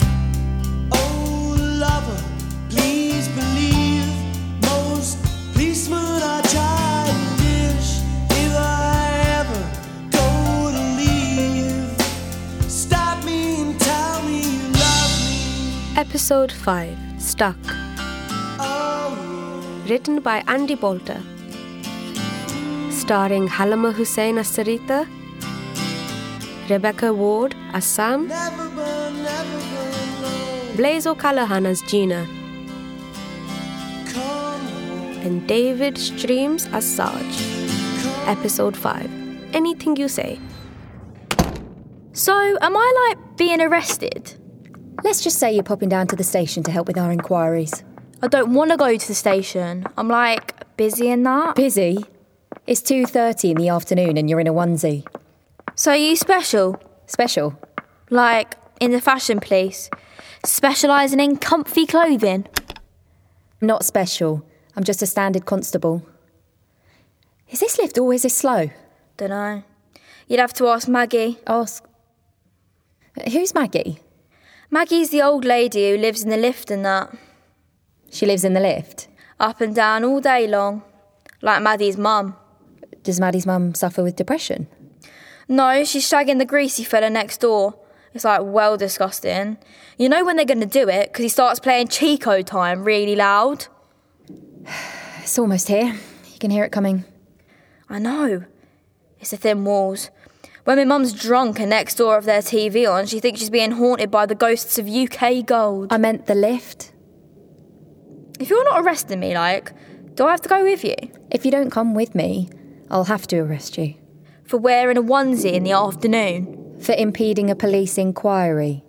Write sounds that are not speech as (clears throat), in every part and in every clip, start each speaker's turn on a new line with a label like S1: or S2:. S1: Oh,
S2: Episode 5 Stuck.
S1: Oh,
S2: Written by Andy Bolter. Starring Halima Hussein as Sarita, Rebecca Ward as Sam, Blaze O'Callaghan as Gina, and David Streams as Sarge. Episode 5 Anything You Say.
S3: So, am I like being arrested?
S4: Let's just say you're popping down to the station to help with our inquiries.
S3: I don't want to go to the station. I'm like busy and that.
S4: Busy? It's 2:30 in the afternoon and you're in a onesie.
S3: So, are you special?
S4: Special.
S3: Like in the fashion police? Specialising in comfy clothing?
S4: Not special. I'm just a standard constable. Is this lift always this slow?
S3: Dunno. You'd have to ask Maggie.
S4: Ask. Who's Maggie?
S3: Maggie's the old lady who lives in the lift and that.
S4: She lives in the lift.
S3: Up and down all day long. Like Maddie's mum.
S4: Does Maddie's mum suffer with depression?
S3: No, she's shagging the greasy fella next door. It's like well disgusting. You know when they're gonna do it because he starts playing Chico time really loud.
S4: It's almost here. You can hear it coming.
S3: I know. It's the thin walls. When my mum's drunk and next door of their TV on, she thinks she's being haunted by the ghosts of UK gold.
S4: I meant the lift.
S3: If you're not arresting me, like, do I have to go with you?
S4: If you don't come with me, I'll have to arrest you
S3: For wearing a onesie in the afternoon?
S4: for impeding a police inquiry.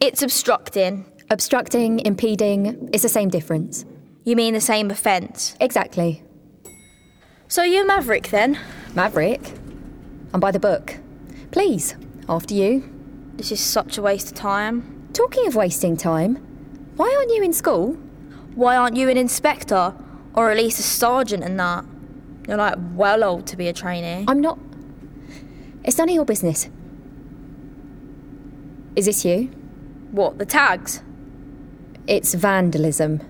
S3: It's obstructing.
S4: Obstructing, impeding, it's the same difference.
S3: You mean the same offence?
S4: Exactly.
S3: So you're Maverick then?
S4: Maverick, I'm by the book. Please, after you.
S3: This is such a waste of time.
S4: Talking of wasting time, why aren't you in school?
S3: Why aren't you an inspector? Or at least a sergeant and that? You're like well old to be a trainee.
S4: I'm not. It's none of your business. Is this you?
S3: What, the tags?
S4: It's vandalism.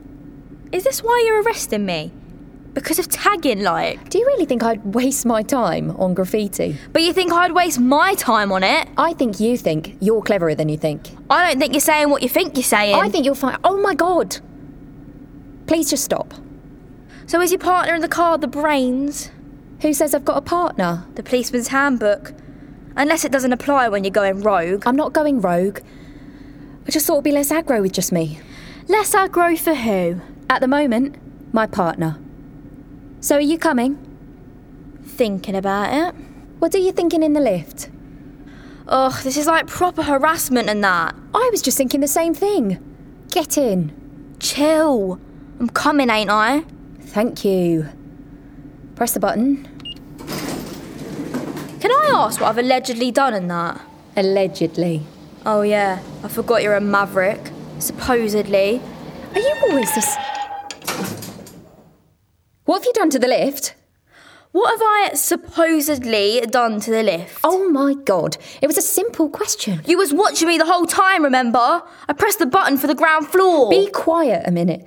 S3: Is this why you're arresting me? Because of tagging, like.
S4: Do you really think I'd (laughs) waste my time on graffiti?
S3: But you think I'd waste my time on it?
S4: I think you think you're cleverer than you think.
S3: I don't think you're saying what you think you're saying.
S4: I think you're fine. Oh my god! Please just stop.
S3: so is your partner in the car the brains?
S4: Who says I've got a partner?
S3: The policeman's handbook. Unless it doesn't apply when you're going rogue.
S4: I'm not going rogue. I just thought it'd be less aggro with just me.
S3: Less aggro for who?
S4: At the moment, my partner. So are you coming?
S3: Thinking about it.
S4: What are you thinking in the lift?
S3: Ugh, this is like proper harassment and that.
S4: I was just thinking the same thing. Get in.
S3: Chill. I'm coming, ain't I?
S4: Thank you. Press the button.
S3: Can I ask what I've allegedly done and that?
S4: Allegedly.
S3: Oh, yeah. I forgot you're a maverick. Supposedly.
S4: Are you always this? What have you done to the lift?
S3: What have I supposedly done to the lift?
S4: Oh my god, it was a simple question.
S3: You was watching me the whole time, remember? I pressed the button for the ground floor.
S4: Be quiet a minute.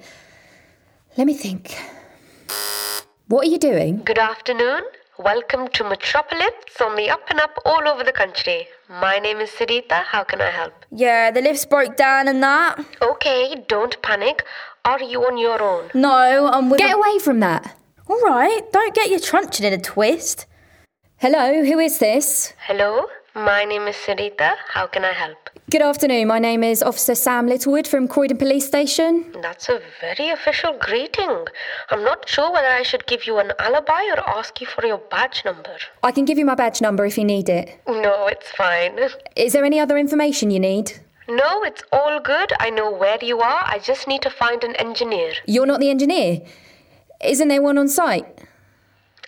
S4: Let me think. What are you doing?
S5: Good afternoon. Welcome to Metropolis on the up and up all over the country. My name is Sarita. How can I help?
S3: yeah, the lift's broke down and that.
S5: Okay, don't panic. Are you on your own?
S3: No, I'm with.
S4: Get away from that.
S3: All right, don't get your truncheon in a twist.
S4: Hello, who is this?
S5: Hello, my name is Sarita. How can I help?
S4: Good afternoon. My name is Officer Sam Littlewood from Croydon Police Station.
S5: That's a very official greeting. I'm not sure whether I should give you an alibi or ask you for your badge number.
S4: I can give you my badge number if you need it.
S5: No, it's fine.
S4: Is there any other information you need?
S5: No, it's all good. I know where you are. I just need to find an engineer.
S4: You're not the engineer. Isn't there one on site?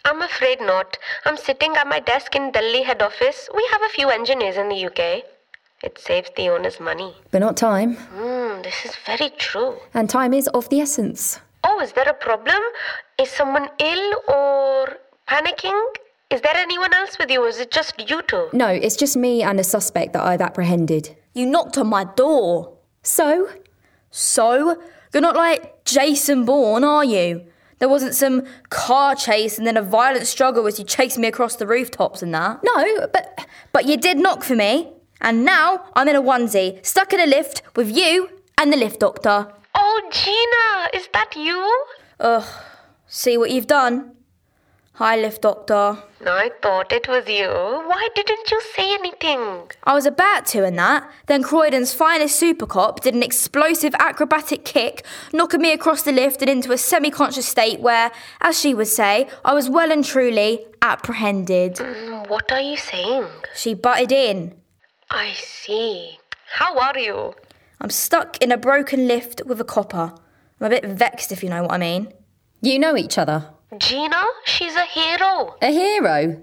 S5: I'm afraid not. I'm sitting at my desk in Delhi head office. We have a few engineers in the UK. It saves the owner's money.
S4: But not time.
S5: Hmm, this is very true.
S4: And time is of the essence.
S5: Oh, is there a problem? Is someone ill or panicking? Is there anyone else with you? Is it just you two?
S4: No, it's just me and a suspect that I've apprehended.
S3: You knocked on my door.
S4: So,
S3: So, you're not like Jason Bourne, are you? There wasn't some car chase and then a violent struggle as you chased me across the rooftops and that.
S4: no, but
S3: But you did knock for me, and now I'm in a onesie, stuck in a lift with you and the lift doctor.
S5: Oh, Gina, is that you?
S3: Ugh, see what you've done. Hi, lift doctor.
S5: I thought it was you. Why didn't you say anything?
S3: I was about to in that, then Croydon's finest supercop did an explosive acrobatic kick, knocking me across the lift and into a semi conscious state where, as she would say, I was well and truly apprehended.
S5: Mm, What are you saying?
S3: She butted in.
S5: I see. How are you?
S3: I'm stuck in a broken lift with a copper. I'm a bit vexed if you know what I mean.
S4: You know each other.
S5: Gina, she's a hero.
S4: A hero.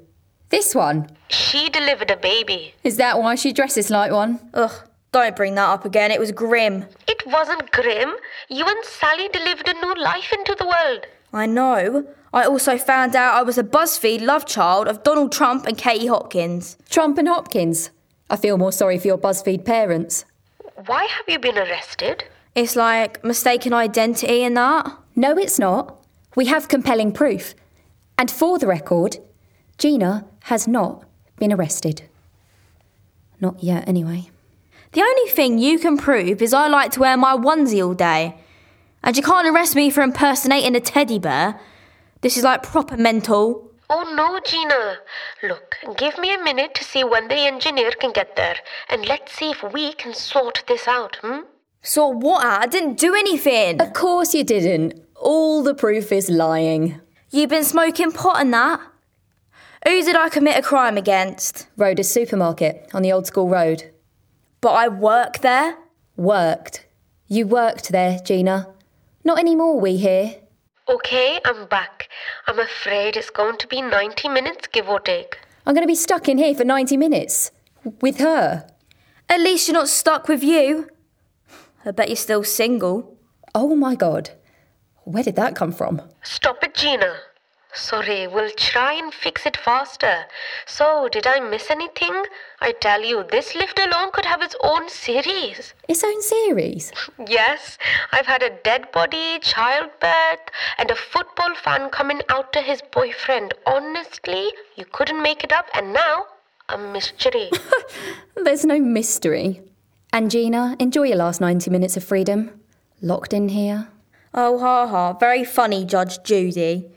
S4: This one.
S5: She delivered a baby.
S4: Is that why she dresses like one?
S3: Ugh, don't bring that up again, it was grim.
S5: It wasn't grim. You and Sally delivered a new life into the world.
S3: I know. I also found out I was a BuzzFeed love child of Donald Trump and Katie Hopkins.
S4: Trump and Hopkins. I feel more sorry for your BuzzFeed parents.
S5: Why have you been arrested?
S3: It's like mistaken identity and that.
S4: No, it's not. We have compelling proof. And for the record, Gina has not been arrested. Not yet, anyway.
S3: The only thing you can prove is I like to wear my onesie all day. And you can't arrest me for impersonating a teddy bear. This is like proper mental.
S5: Oh no, Gina. Look, give me a minute to see when the engineer can get there, and let's see if we can sort this out, hmm?
S3: So what? I didn't do anything.
S4: Of course you didn't. All the proof is lying.
S3: You've been smoking pot and that. Who did I commit a crime against?
S4: Rhoda's supermarket on the old school road.
S3: But I work there.
S4: Worked. You worked there, Gina. Not anymore, we hear.
S5: Okay, I'm back. I'm afraid it's going to be 90 minutes, give or take.
S4: I'm going to be stuck in here for 90 minutes. With her.
S3: At least you're not stuck with you. I bet you're still single.
S4: Oh my god. Where did that come from?
S5: Stop it, Gina. Sorry, we'll try and fix it faster. So, did I miss anything? I tell you, this lift alone could have its own series.
S4: Its own series.
S5: Yes, I've had a dead body, childbirth, and a football fan coming out to his boyfriend. Honestly, you couldn't make it up, and now a mystery.
S4: There's no mystery. And Gina, enjoy your last 90 minutes of freedom. Locked in here.
S3: Oh, ha ha. Very funny, Judge Judy.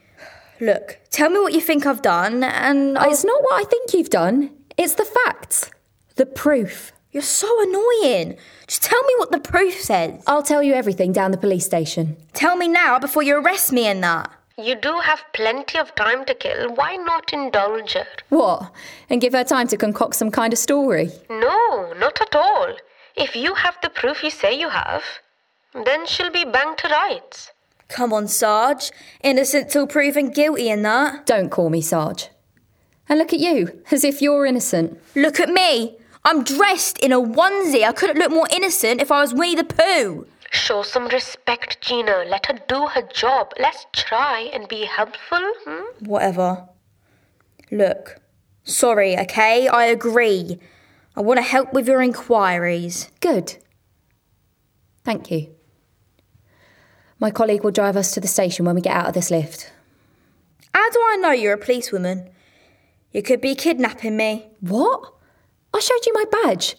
S3: Look, tell me what you think I've done, and I.
S4: It's not what I think you've done, it's the facts, the proof.
S3: You're so annoying. Just tell me what the proof says.
S4: I'll tell you everything down the police station.
S3: Tell me now before you arrest me and that.
S5: you do have plenty of time to kill. Why not indulge her?
S4: What? And give her time to concoct some kind of story.
S5: No, not at all. If you have the proof you say you have, then she'll be banged to rights.
S3: Come on, Sarge. Innocent till proven guilty and that.
S4: Don't call me Sarge. And look at you, as if you're innocent.
S3: Look at me. I'm dressed in a onesie. I couldn't look more innocent if I was Winnie the Pooh.
S5: Show some respect, Gina. Let her do her job. Let's try and be helpful. Hmm?
S3: Whatever. Look, sorry, okay? I agree. I want to help with your inquiries.
S4: Good. Thank you. My colleague will drive us to the station when we get out of this lift.
S3: How do I know you're a policewoman? You could be kidnapping me.
S4: What? I showed you my badge.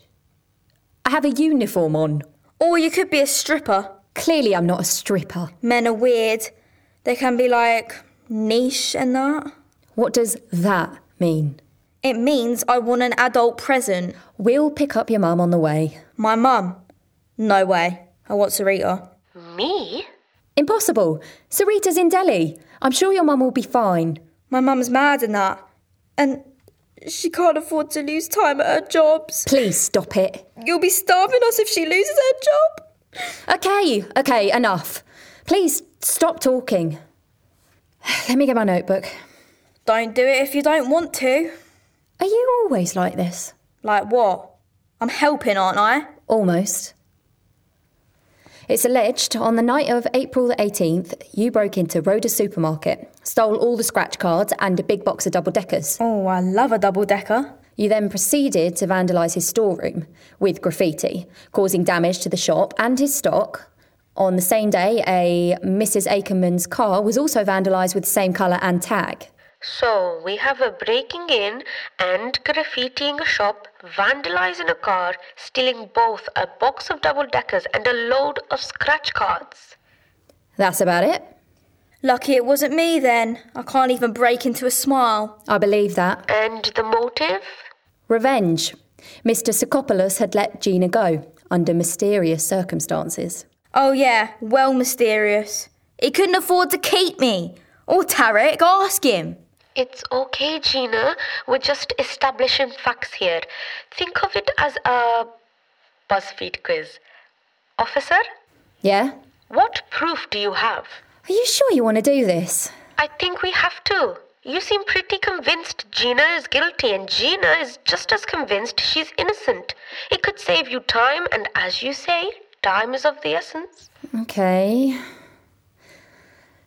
S4: I have a uniform on.
S3: Or you could be a stripper.
S4: Clearly, I'm not a stripper.
S3: Men are weird. They can be like niche and that.
S4: What does that mean?
S3: It means I want an adult present.
S4: We'll pick up your mum on the way.
S3: My mum. No way. I want Sarita.
S5: Me?
S4: Impossible. Sarita's in Delhi. I'm sure your mum will be fine.
S3: My mum's mad and that. And she can't afford to lose time at her jobs.
S4: Please stop it.
S3: You'll be starving us if she loses her job.
S4: Okay, okay, enough. Please stop talking. (sighs) Let me get my notebook.
S3: Don't do it if you don't want to.
S4: Are you always like this?
S3: Like what? I'm helping, aren't I?
S4: Almost. It's alleged on the night of April the 18th, you broke into Rhoda's supermarket, stole all the scratch cards and a big box of double deckers.
S3: Oh, I love a double decker.
S4: You then proceeded to vandalise his storeroom with graffiti, causing damage to the shop and his stock. On the same day, a Mrs. Akerman's car was also vandalised with the same colour and tag.
S5: So we have a breaking in and graffitiing a shop, vandalizing a car, stealing both a box of double deckers and a load of scratch cards.
S4: That's about it.
S3: Lucky it wasn't me then. I can't even break into a smile.
S4: I believe that.
S5: And the motive?
S4: Revenge. Mr. Sikopoulos had let Gina go under mysterious circumstances.
S3: Oh, yeah, well mysterious. He couldn't afford to keep me. Or Tarek, ask him.
S5: It's okay, Gina. We're just establishing facts here. Think of it as a BuzzFeed quiz. Officer,
S4: Yeah?
S5: what proof do you have?
S4: Are you sure you want to do this?
S5: I think we have to. You seem pretty convinced Gina is guilty, and Gina is just as convinced she's innocent. It could save you time, and as you say, time is of the essence.
S4: Okay.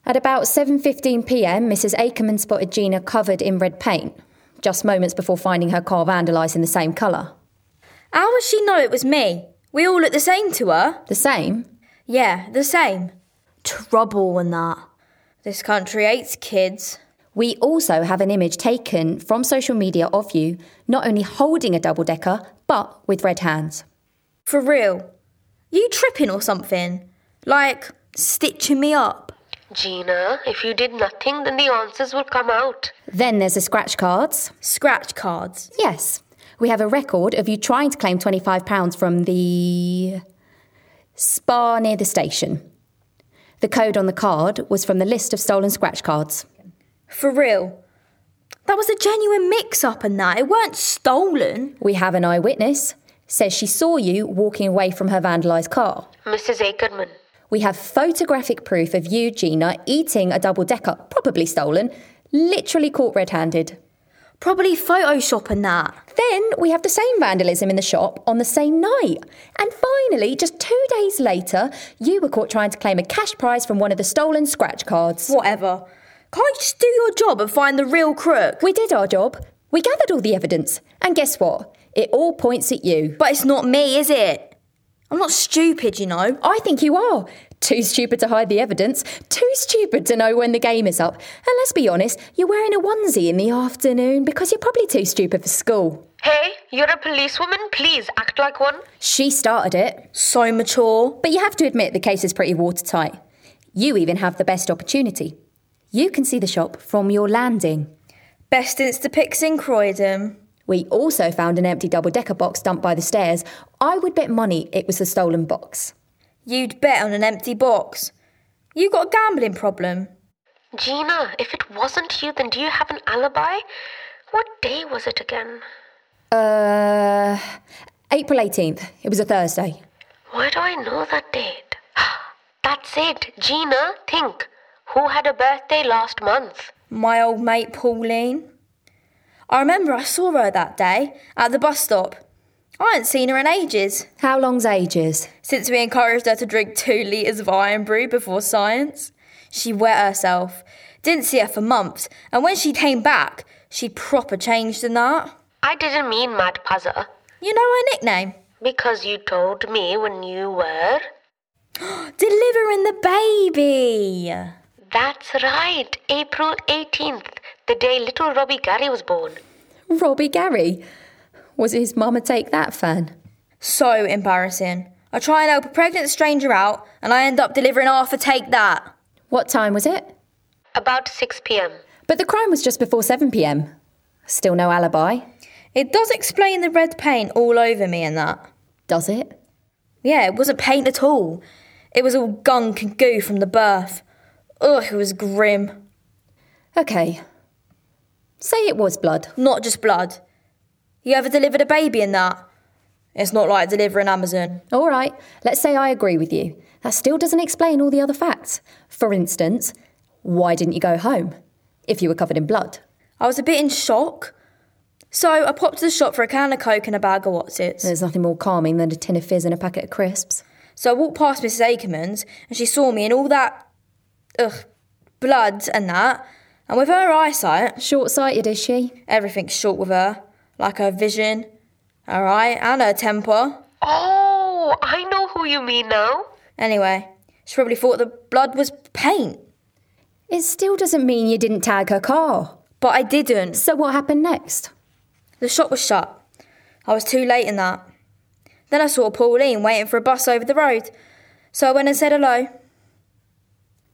S4: At about 7:15 p.m., Mrs. Akerman spotted Gina covered in red paint, just moments before finding her car vandalized in the same color.
S3: How would she know it was me? We all look the same to her.
S4: The same?
S3: Yeah, the same. Trouble and that. This country hates kids.
S4: We also have an image taken from social media of you not only holding a double decker but with red hands.
S3: For real. You tripping or something? Like, stitching me up.
S5: Gina, if you did nothing, then the answers will come out.
S4: Then there's the scratch cards.
S3: Scratch cards.
S4: Yes. We have a record of you trying to claim 25 pounds from the spa near the station. The code on the card was from the list of stolen scratch cards.
S3: For real. That was a genuine mix up and that. It weren't stolen.
S4: We have an eyewitness says she saw you walking away from her vandalized car.
S5: Mrs. Akerman,
S4: We have photographic proof of you, Gina, eating a double decker, probably stolen, literally caught red handed.
S3: Probably Photoshop and that.
S4: Then we have the same vandalism in the shop on the same night. And finally, just two days later, you were caught trying to claim a cash prize from one of the stolen scratch cards.
S3: Whatever. Can't you just do your job and find the real crook?
S4: We did our job. We gathered all the evidence. And guess what? It all points at you.
S3: But it's not me, is it? I'm not stupid, you know.
S4: I think you are. Too stupid to hide the evidence, too stupid to know when the game is up. And let's be honest, you're wearing a onesie in the afternoon because you're probably too stupid for school.
S5: hey, you're a policewoman, please act like one.
S4: She started it.
S3: So mature.
S4: But you have to admit the case is pretty watertight. You even have the best opportunity. You can see the shop from your landing.
S3: Best Instapics in Croydon.
S4: We also found an empty double decker box dumped by the stairs. I would bet money it was the stolen box.
S3: You'd bet on an empty box. You got a gambling problem.
S5: Gina, if it wasn't you, then do you have an alibi? What day was it again?
S4: Uh, April 18th. It was a Thursday.
S5: Why do I know that date? (gasps) That's it. Gina, think. Who had a birthday last month?
S3: My old mate Pauline. I remember I saw her that day at the bus stop. I hadn't seen her in ages
S4: How long's ages?
S3: since we encouraged her to drink two litres of iron brew before science. She wet herself, didn't see her for months, and when she came back, she proper changed in that.
S5: I didn't mean Mad Pazza.
S3: You know her nickname?
S5: Because you told me when you were.
S3: Delivering the baby.
S5: That's right, April 18th, the day little Robbie Gary was born.
S4: Robbie Gary. Was his mum a take that fan?
S3: So embarrassing. I try and help a pregnant stranger out, and I end up delivering half a take that.
S4: What time was it?
S5: About 6 pm.
S4: But the crime was just before 7 pm. Still no alibi,
S3: It does explain the red paint all over me and that.
S4: does it?
S3: Yeah, it wasn't paint at all. It was all gunk and goo from the birth. Ugh, it was grim.
S4: Okay. Say it was blood.
S3: Not just blood. You ever delivered a baby in that? It's not like delivering Amazon.
S4: All right, let's say I agree with you. That still doesn't explain all the other facts. For instance, why didn't you go home if you were covered in blood?
S3: I was a bit in shock. So I popped to the shop for a can of Coke and a bag of Watsits.
S4: There's nothing more calming than a tin of fizz and a packet of crisps.
S3: So I walked past Mrs. Akerman's and she saw me in all that, ugh, blood and that. And with her eyesight,
S4: Short sighted, is she?
S3: everything's short with her, like her vision, her eye, and her temper.
S5: Oh, I know who you mean now.
S3: Anyway, she probably thought the blood was paint.
S4: It still doesn't mean you didn't tag her car.
S3: But I didn't.
S4: So what happened next?
S3: The shop was shut. I was too late in that. Then I saw Pauline waiting for a bus over the road. So I went and said hello.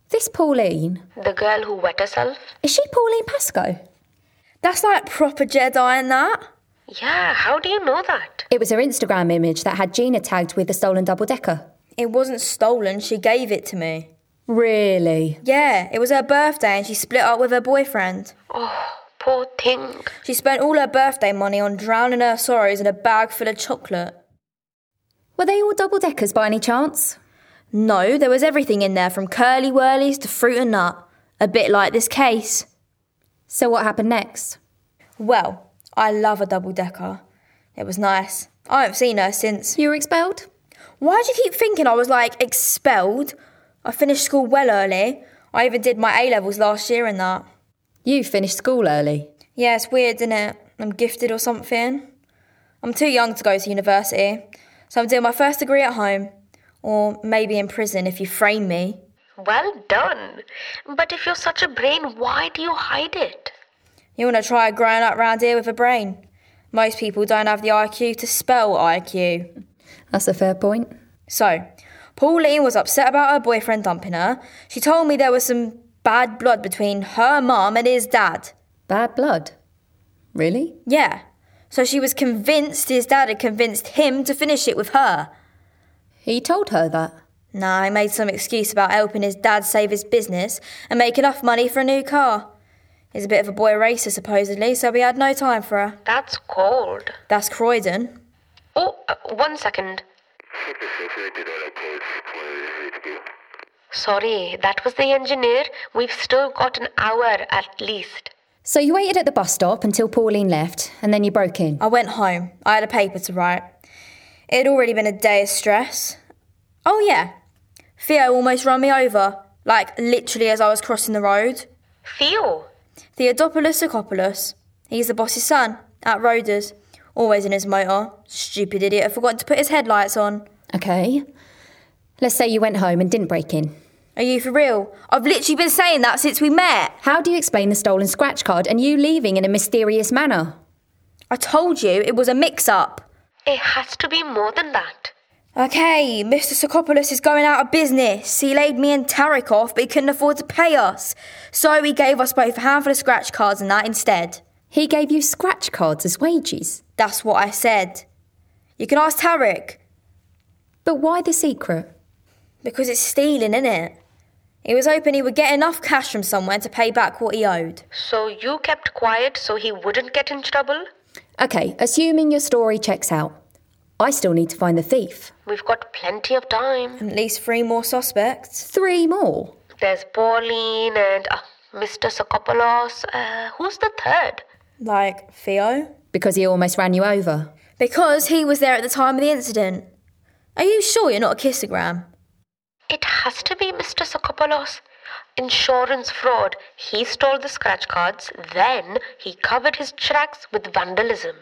S4: This Pauline.
S5: The girl who wet herself?
S4: Is she Pauline Pascoe?
S3: That's like proper Jedi and that.
S5: Yeah, how do you know that?
S4: It was her Instagram image that had Gina tagged with the stolen double decker.
S3: It wasn't stolen, she gave it to me.
S4: Really?
S3: Yeah, it was her birthday and she split up with her boyfriend.
S5: Oh, poor thing.
S3: She spent all her birthday money on drowning her sorrows in a bag full of chocolate.
S4: Were they all double deckers by any chance?
S3: No, there was everything in there from curly whirlies to fruit and nut. A bit like this case.
S4: So what happened next?
S3: Well, I love a double decker. It was nice. I haven't seen her since.
S4: You were expelled?
S3: Why do you keep thinking I was like expelled? I finished school well early. I even did my A levels last year and that.
S4: You finished school early.
S3: Yeah, it's weird, isn't it? I'm gifted or something. I'm too young to go to university, so I'm doing my first degree at home. Or maybe in prison if you frame me.
S5: Well done. But if you're such a brain, why do you hide it?
S3: You want to try growing up round here with a brain? Most people don't have the IQ to spell IQ.
S4: That's a fair point.
S3: So, Pauline was upset about her boyfriend dumping her. She told me there was some bad blood between her mum and his dad.
S4: Bad blood. Really?
S3: Yeah. So she was convinced his dad had convinced him to finish it with her.
S4: He told her that.
S3: Nah, he made some excuse about helping his dad save his business and make enough money for a new car. He's a bit of a boy racer, supposedly, so we had no time for her.
S5: That's cold.
S3: That's Croydon.
S5: Oh, uh, one second. Sorry, that was the engineer. We've still got an hour at least.
S4: So you waited at the bus stop until Pauline left, and then you broke in.
S3: I went home. I had a paper to write. It had already been a day of stress. Oh, yeah. Theo almost run me over, like literally as I was crossing the road.
S5: Theo,
S3: Theodopoulos Akopoulos. He's the boss's son, at Roaders. Always in his motor. Stupid idiot had forgotten to put his headlights on.
S4: Okay. Let's say you went home and didn't break in.
S3: Are you for real? I've literally been saying that since we met.
S4: How do you explain the stolen scratch card and you leaving in a mysterious manner?
S3: I told you it was a mix up.
S5: it has to be more than that.
S3: Okay, Mr. Sokopoulos is going out of business. He laid me and Tarek off, but he couldn't afford to pay us. So he gave us both a handful of scratch cards and that instead.
S4: He gave you scratch cards as wages.
S3: That's what I said. You can ask Tarek,
S4: But why the secret?
S3: because it's stealing, innit? He was hoping he would get enough cash from somewhere to pay back what he owed.
S5: So you kept quiet so he wouldn't get in trouble?
S4: Okay, assuming your story checks out, I still need to find the thief.
S5: We've got plenty of time.
S3: At least three more suspects.
S4: Three more.
S5: There's Pauline and uh, Mr. Sokopoulos. Uh, who's the third?
S3: Like Theo?
S4: Because he almost ran you over.
S3: Because he was there at the time of the incident. Are you sure you're not a kissogram?
S5: It has to be Mr. Sokopoulos. Insurance fraud. He stole the scratch cards, then he covered his tracks with vandalism.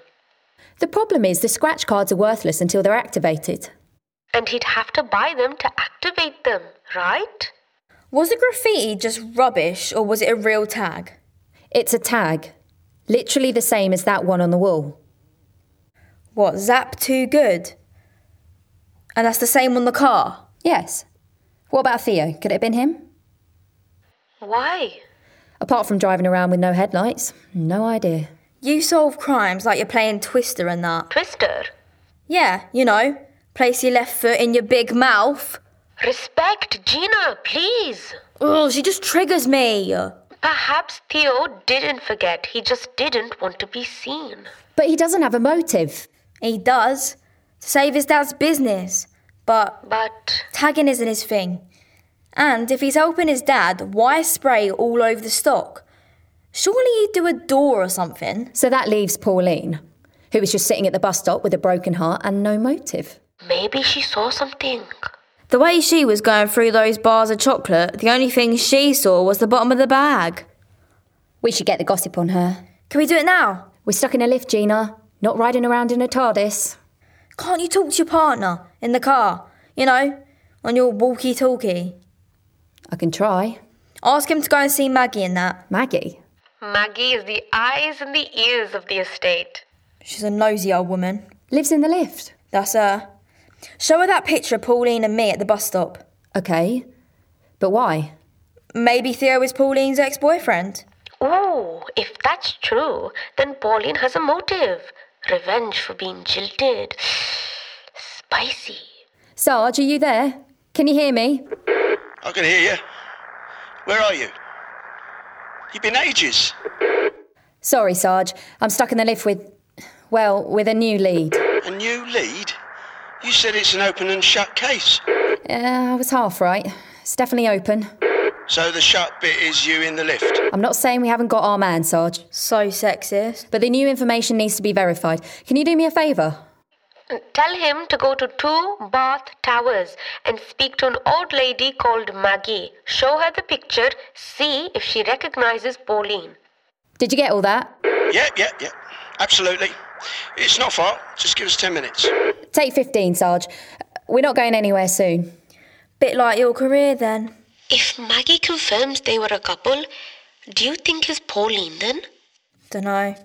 S4: The problem is the scratch cards are worthless until they're activated.
S5: And he'd have to buy them to activate them, right?
S3: Was the graffiti just rubbish or was it a real tag?
S4: It's a tag, literally the same as that one on the wall.
S3: What, zap too good? And that's the same on the car.
S4: Yes. What about Theo? Could it have been him?
S5: Why?
S4: Apart from driving around with no headlights, no idea.
S3: You solve crimes like you're playing Twister and that.
S5: Twister.
S3: Yeah, you know, place your left foot in your big mouth.
S5: Respect Gina, please.
S3: Oh, she just triggers me.
S5: Perhaps Theo didn't forget. He just didn't want to be seen.
S4: But he doesn't have a motive.
S3: He does. To save his dad's business. But
S5: But
S3: tagging isn't his thing. And if he's helping his dad, why spray all over the stock? Surely he'd do a door or something.
S4: So that leaves Pauline, who was just sitting at the bus stop with a broken heart and no motive.
S5: maybe she saw something.
S3: The way she was going through those bars of chocolate, the only thing she saw was the bottom of the bag.
S4: We should get the gossip on her.
S3: Can we do it now?
S4: We're stuck in a lift, Gina, not riding around in a TARDIS.
S3: Can't you talk to your partner in the car? You know, on your walkie talkie.
S4: I can try.
S3: Ask him to go and see Maggie and that.
S4: Maggie.
S5: Maggie is the eyes and the ears of the estate.
S3: She's a nosy old woman.
S4: Lives in the lift.
S3: That's her. Show her that picture of Pauline and me at the bus stop.
S4: Okay. But why?
S3: Maybe Theo is Pauline's ex boyfriend.
S5: Ooh, if that's true, then Pauline has a motive revenge for being jilted. Spicy.
S4: Sarge, are you there? Can you hear me?
S6: I can hear you. Where are you? You've been ages.
S4: Sorry, Sarge. I'm stuck in the lift with. Well, with a new lead.
S6: A new lead? You said it's an open and shut case.
S4: Uh, I was half right. It's definitely open.
S6: So the shut bit is you in the lift.
S4: I'm not saying we haven't got our man, Sarge,
S3: So sexist.
S4: but the new information needs to be verified. Can you do me a favour?
S5: Tell him to go to two bath towers and speak to an old lady called Maggie. Show her the picture, see if she recognizes Pauline.
S4: Did you get all that?
S6: Yep, yep, yep. Absolutely. It's not far. Just give us 10 minutes. Uh,
S4: Take 15, Sarge. We're not going anywhere soon.
S3: Bit like your career then.
S5: If Maggie confirms they were a couple, do you think is Pauline then?
S3: Dunno.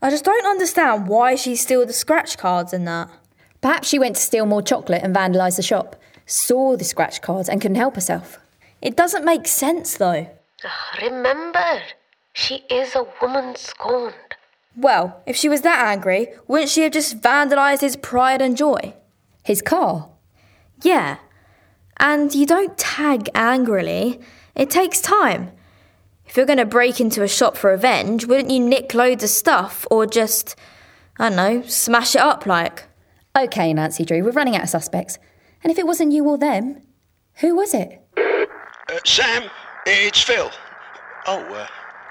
S3: I just don't understand why she steal the scratch cards and that.
S4: Perhaps she went to steal more chocolate and vandalise the shop, saw the scratch cards, and couldn't help herself.
S3: It doesn't make sense though.
S5: Ah, Remember, she is a woman scorned.
S3: Well, if she was that angry, wouldn't she have just vandalised his pride and joy?
S4: His car.
S3: Yeah. And you don't tag angrily, it takes time. If you're going to break into a shop for revenge, wouldn't you nick loads of stuff or just, I don't know, smash it up like?
S4: Okay, Nancy Drew, we're running out of suspects. And if it wasn't you or them, who was it?
S6: Uh, Sam, it's Phil. Oh, uh,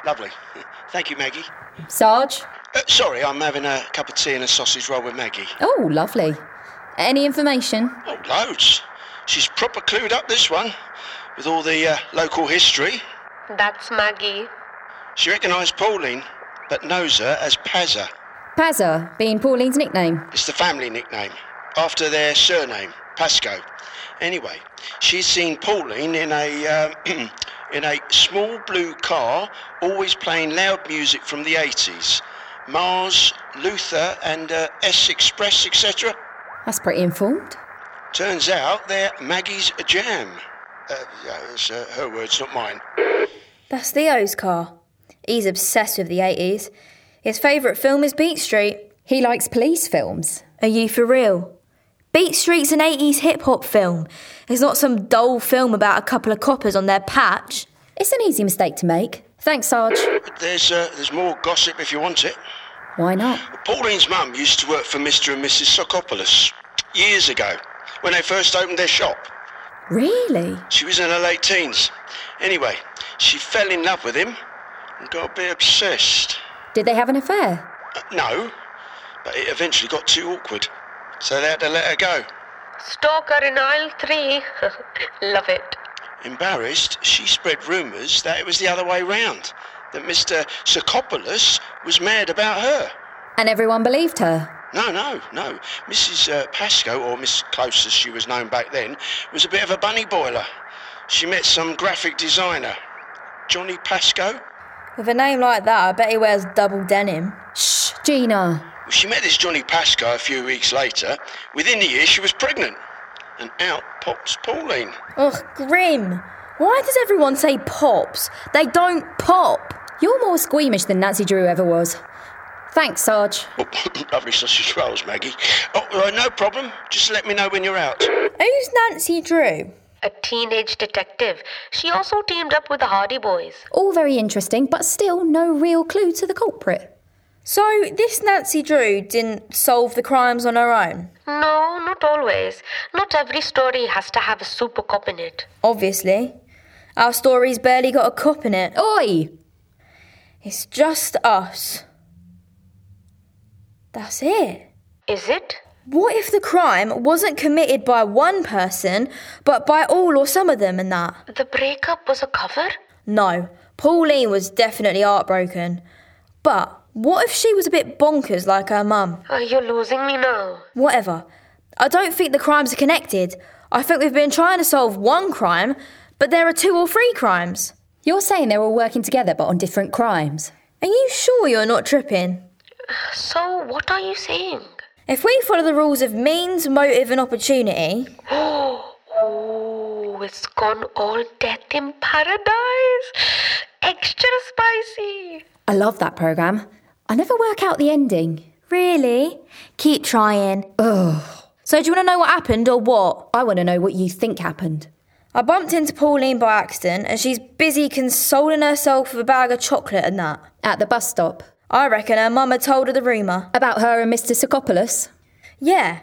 S6: lovely. (laughs) Thank you, Maggie.
S4: Sarge?
S6: Uh, sorry, I'm having a cup of tea and a sausage roll with Maggie.
S4: Oh, lovely. Any information?
S6: Oh, loads. She's proper clued up, this one, with all the uh, local history.
S5: That's Maggie.
S6: She recognised Pauline, but knows her as Pazza.
S4: Pazza, being Pauline's nickname.
S6: It's the family nickname, after their surname, Pasco. Anyway, she's seen Pauline in a um, (clears throat) in a small blue car, always playing loud music from the 80s, Mars, Luther, and uh, S Express, etc.
S4: That's pretty informed.
S6: Turns out they're Maggie's jam. Uh, yeah, it's uh, her words, not mine.
S3: That's Theo's car. He's obsessed with the 80s. His favourite film is Beat Street.
S4: He likes police films.
S3: Are you for real? Beat Street's an 80s hip hop film. It's not some dull film about a couple of coppers on their patch.
S4: It's an easy mistake to make. Thanks, Sarge.
S6: But there's uh, there's more gossip if you want it.
S4: Why not?
S6: Pauline's mum used to work for Mr. and Mrs. Sokopoulos years ago when they first opened their shop.
S4: Really?
S6: She was in her late teens. Anyway, she fell in love with him and got a bit obsessed.
S4: Did they have an affair?
S6: Uh, No, but it eventually got too awkward, so they had to let her go.
S5: Stalker in aisle three. (laughs) Love it.
S6: Embarrassed, she spread rumours that it was the other way round, that Mr. Sokopoulos was mad about her.
S4: And everyone believed her.
S6: No, no, no. Mrs. Uh, Pascoe, or Miss Close as she was known back then, was a bit of a bunny boiler. She met some graphic designer, Johnny Pascoe.
S3: With a name like that, I bet he wears double denim.
S4: Shh, Gina.
S6: Well, She met this Johnny Pascoe a few weeks later. Within the year, she was pregnant. And out pops Pauline.
S3: Ugh, grim. Why does everyone say pops? They don't pop.
S4: You're more squeamish than Nancy Drew ever was. Thanks, Sarge.
S6: Oh, (laughs) lovely sausage rolls, Maggie. Oh, uh, no problem. Just let me know when you're out. Uh,
S3: Who's Nancy Drew?
S5: A teenage detective. She also teamed up with the Hardy Boys.
S4: All very interesting, but still no real clue to the culprit.
S3: So, this Nancy Drew didn't solve the crimes on her own.
S5: No, not always. Not every story has to have a super cop in it.
S3: Obviously. Our story's barely got a cop in it.
S4: Oi!
S3: It's just us. That's it.
S5: Is it?
S3: What if the crime wasn't committed by one person, but by all or some of them and that?
S5: The breakup was a cover?
S3: No, Pauline was definitely heartbroken. But what if she was a bit bonkers like her mum?
S5: Oh, you're losing me now.
S3: Whatever. I don't think the crimes are connected. I think we've been trying to solve one crime, but there are two or three crimes.
S4: You're saying they're all working together but on different crimes.
S3: Are you sure you're not tripping?
S5: So, what are you saying? (gasps)
S3: If we follow the rules of means, motive, and opportunity,
S5: Oh, it's gone all death in paradise. Extra spicy.
S4: I love that programme. I never work out the ending.
S3: really? Keep trying. Ugh. So, do you want to know what happened or what?
S4: I want to know what you think happened.
S3: I bumped into Pauline by accident, and she's busy consoling herself with a bag of chocolate and that.
S4: At the bus stop.
S3: I reckon her mum had told her the rumour.
S4: About her and Mr. Sokopoulos.
S3: Yeah.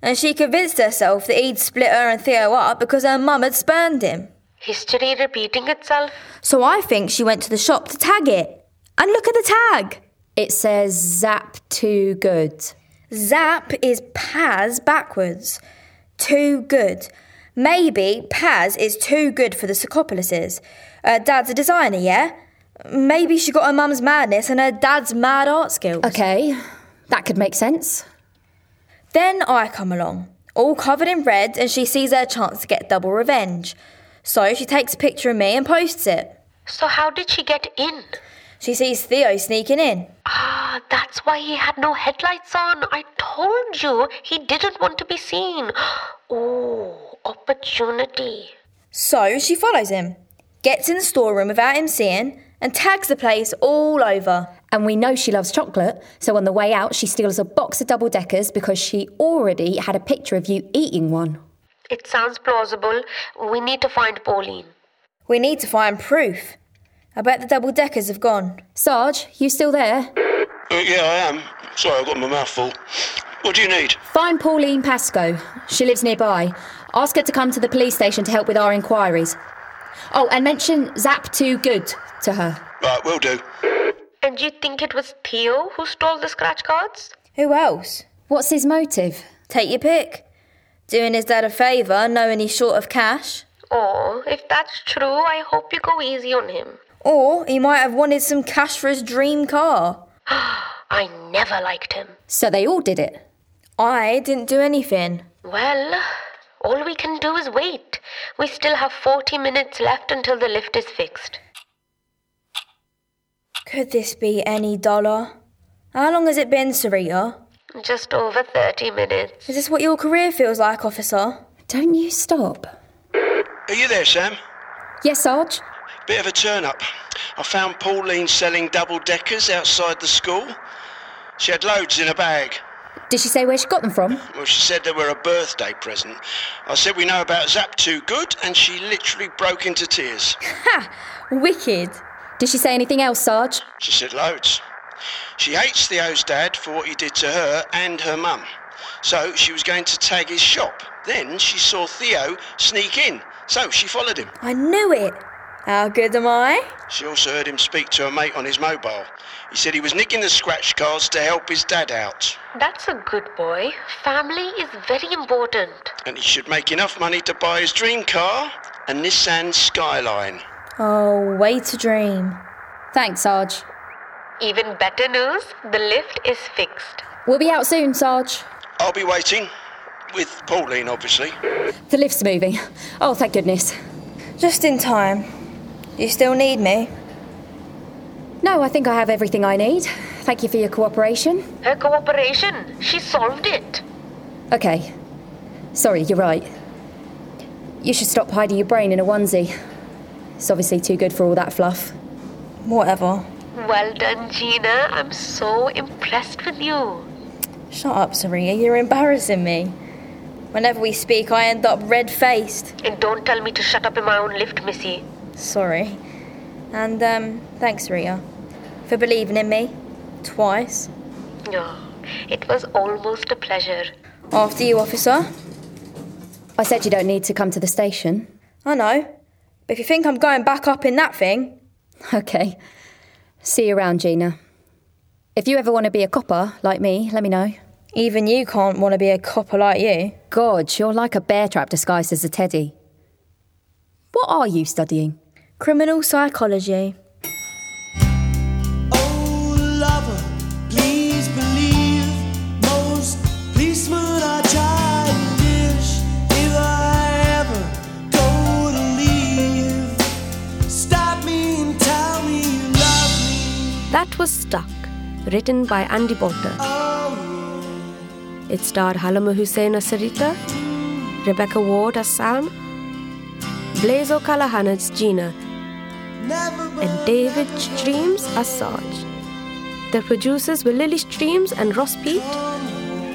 S3: And she convinced herself that he'd split her and Theo up because her mum had spurned him.
S5: History repeating itself.
S3: So I think she went to the shop to tag it. And look at the tag.
S4: It says zap too good.
S3: Zap is Paz backwards. Too good. Maybe Paz is too good for the Socopolises. Her dad's a designer, yeah? Maybe she got her mum's madness and her dad's mad art skills.
S4: Okay, that could make sense.
S3: Then I come along, all covered in red, and she sees her chance to get double revenge. So she takes a picture of me and posts it.
S5: So, how did she get in?
S3: She sees Theo sneaking in.
S5: Ah, that's why he had no headlights on. I told you he didn't want to be seen. Oh, opportunity.
S3: So she follows him, gets in the storeroom without him seeing, and tags the place all over.
S4: And we know she loves chocolate, so on the way out, she steals a box of double deckers because she already had a picture of you eating one.
S5: It sounds plausible. We need to find Pauline.
S3: We need to find proof. I bet the double deckers have gone.
S4: Sarge, you still there?
S6: Uh, yeah, I am. Sorry, I've got my mouth full. What do you need?
S4: Find Pauline Pascoe. She lives nearby. Ask her to come to the police station to help with our inquiries. Oh, and mention Zap Too Good to her.
S6: Right, will do.
S5: And you think it was Theo who stole the scratch cards?
S3: Who else?
S4: What's his motive?
S3: Take your pick. Doing his dad a favour, knowing he's short of cash.
S5: Oh, if that's true, I hope you go easy on him.
S3: Or he might have wanted some cash for his dream car.
S5: I never liked him.
S4: So they all did it.
S3: I didn't do anything.
S5: Well, all we can do is wait. We still have 40 minutes left until the lift is fixed.
S3: Could this be any dollar? How long has it been, Sarita?
S5: Just over 30 minutes.
S3: Is this what your career feels like, officer?
S4: Don't you stop.
S6: Are you there, Sam?
S4: Yes, Sarge?
S6: Bit of a turn up. I found Pauline selling double deckers outside the school. She had loads in a bag.
S4: Did she say where she got them from?
S6: Well, she said they were a birthday present. I said we know about Zap Too Good, and she literally broke into tears.
S3: Wicked.
S4: Did she say anything else, Sarge?
S6: She said loads. She hates Theo's dad for what he did to her and her mum. So she was going to tag his shop. Then she saw Theo sneak in, so she followed him.
S3: I knew it. How good am I?
S6: She also heard him speak to a mate on his mobile. He said he was nicking the scratch cards to help his dad out,
S5: That's a good boy. Family is very important.
S6: and he should make enough money to buy his dream car, a Nissan Skyline.
S3: Oh, way to dream.
S4: Thanks, Sarge.
S5: Even better news the lift is fixed.
S4: We'll be out soon, Sarge.
S6: I'll be waiting, with Pauline, obviously.
S4: The lift's moving. Oh, thank goodness.
S3: Just in time. You still need me?
S4: No, I think I have everything I need. Thank you for your cooperation.
S5: Her cooperation, she solved it.
S4: Okay. Sorry, you're right. You should stop hiding your brain in a onesie. It's obviously too good for all that fluff.
S3: Whatever.
S5: Well done, Gina. I'm so impressed with you.
S3: Shut up, Sarita. You're embarrassing me. Whenever we speak, I end up red faced.
S5: And don't tell me to shut up in my own lift, Missy.
S3: Sorry. And, um, thanks, Sarita, for believing in me. Twice.
S5: Oh, it was almost a pleasure.
S3: After you, officer.
S4: I said you don't need to come to the station. (laughs)
S3: I know. But if you think I'm going back up in that thing,
S4: Okay. See you around, Gina. If you ever want to be a copper like me, let me know.
S3: even you can't want to be a copper like you.
S4: God, you're like a bear trap disguised as a teddy. What are you studying?
S3: Criminal psychology.
S1: Oh lover, please believe most policemen are child dish. If I ever go to leave, stop me
S2: That was Stuck, written by Andy Porter.
S1: Oh,
S2: It starred Halima Hussein as Sarita, Rebecca Ward as Sam, Blaze O'Callaghan as Gina, and David Streams as Sarge. The producers were Lily Streams and Ross Pete,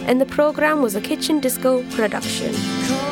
S2: and the program was a Kitchen Disco production.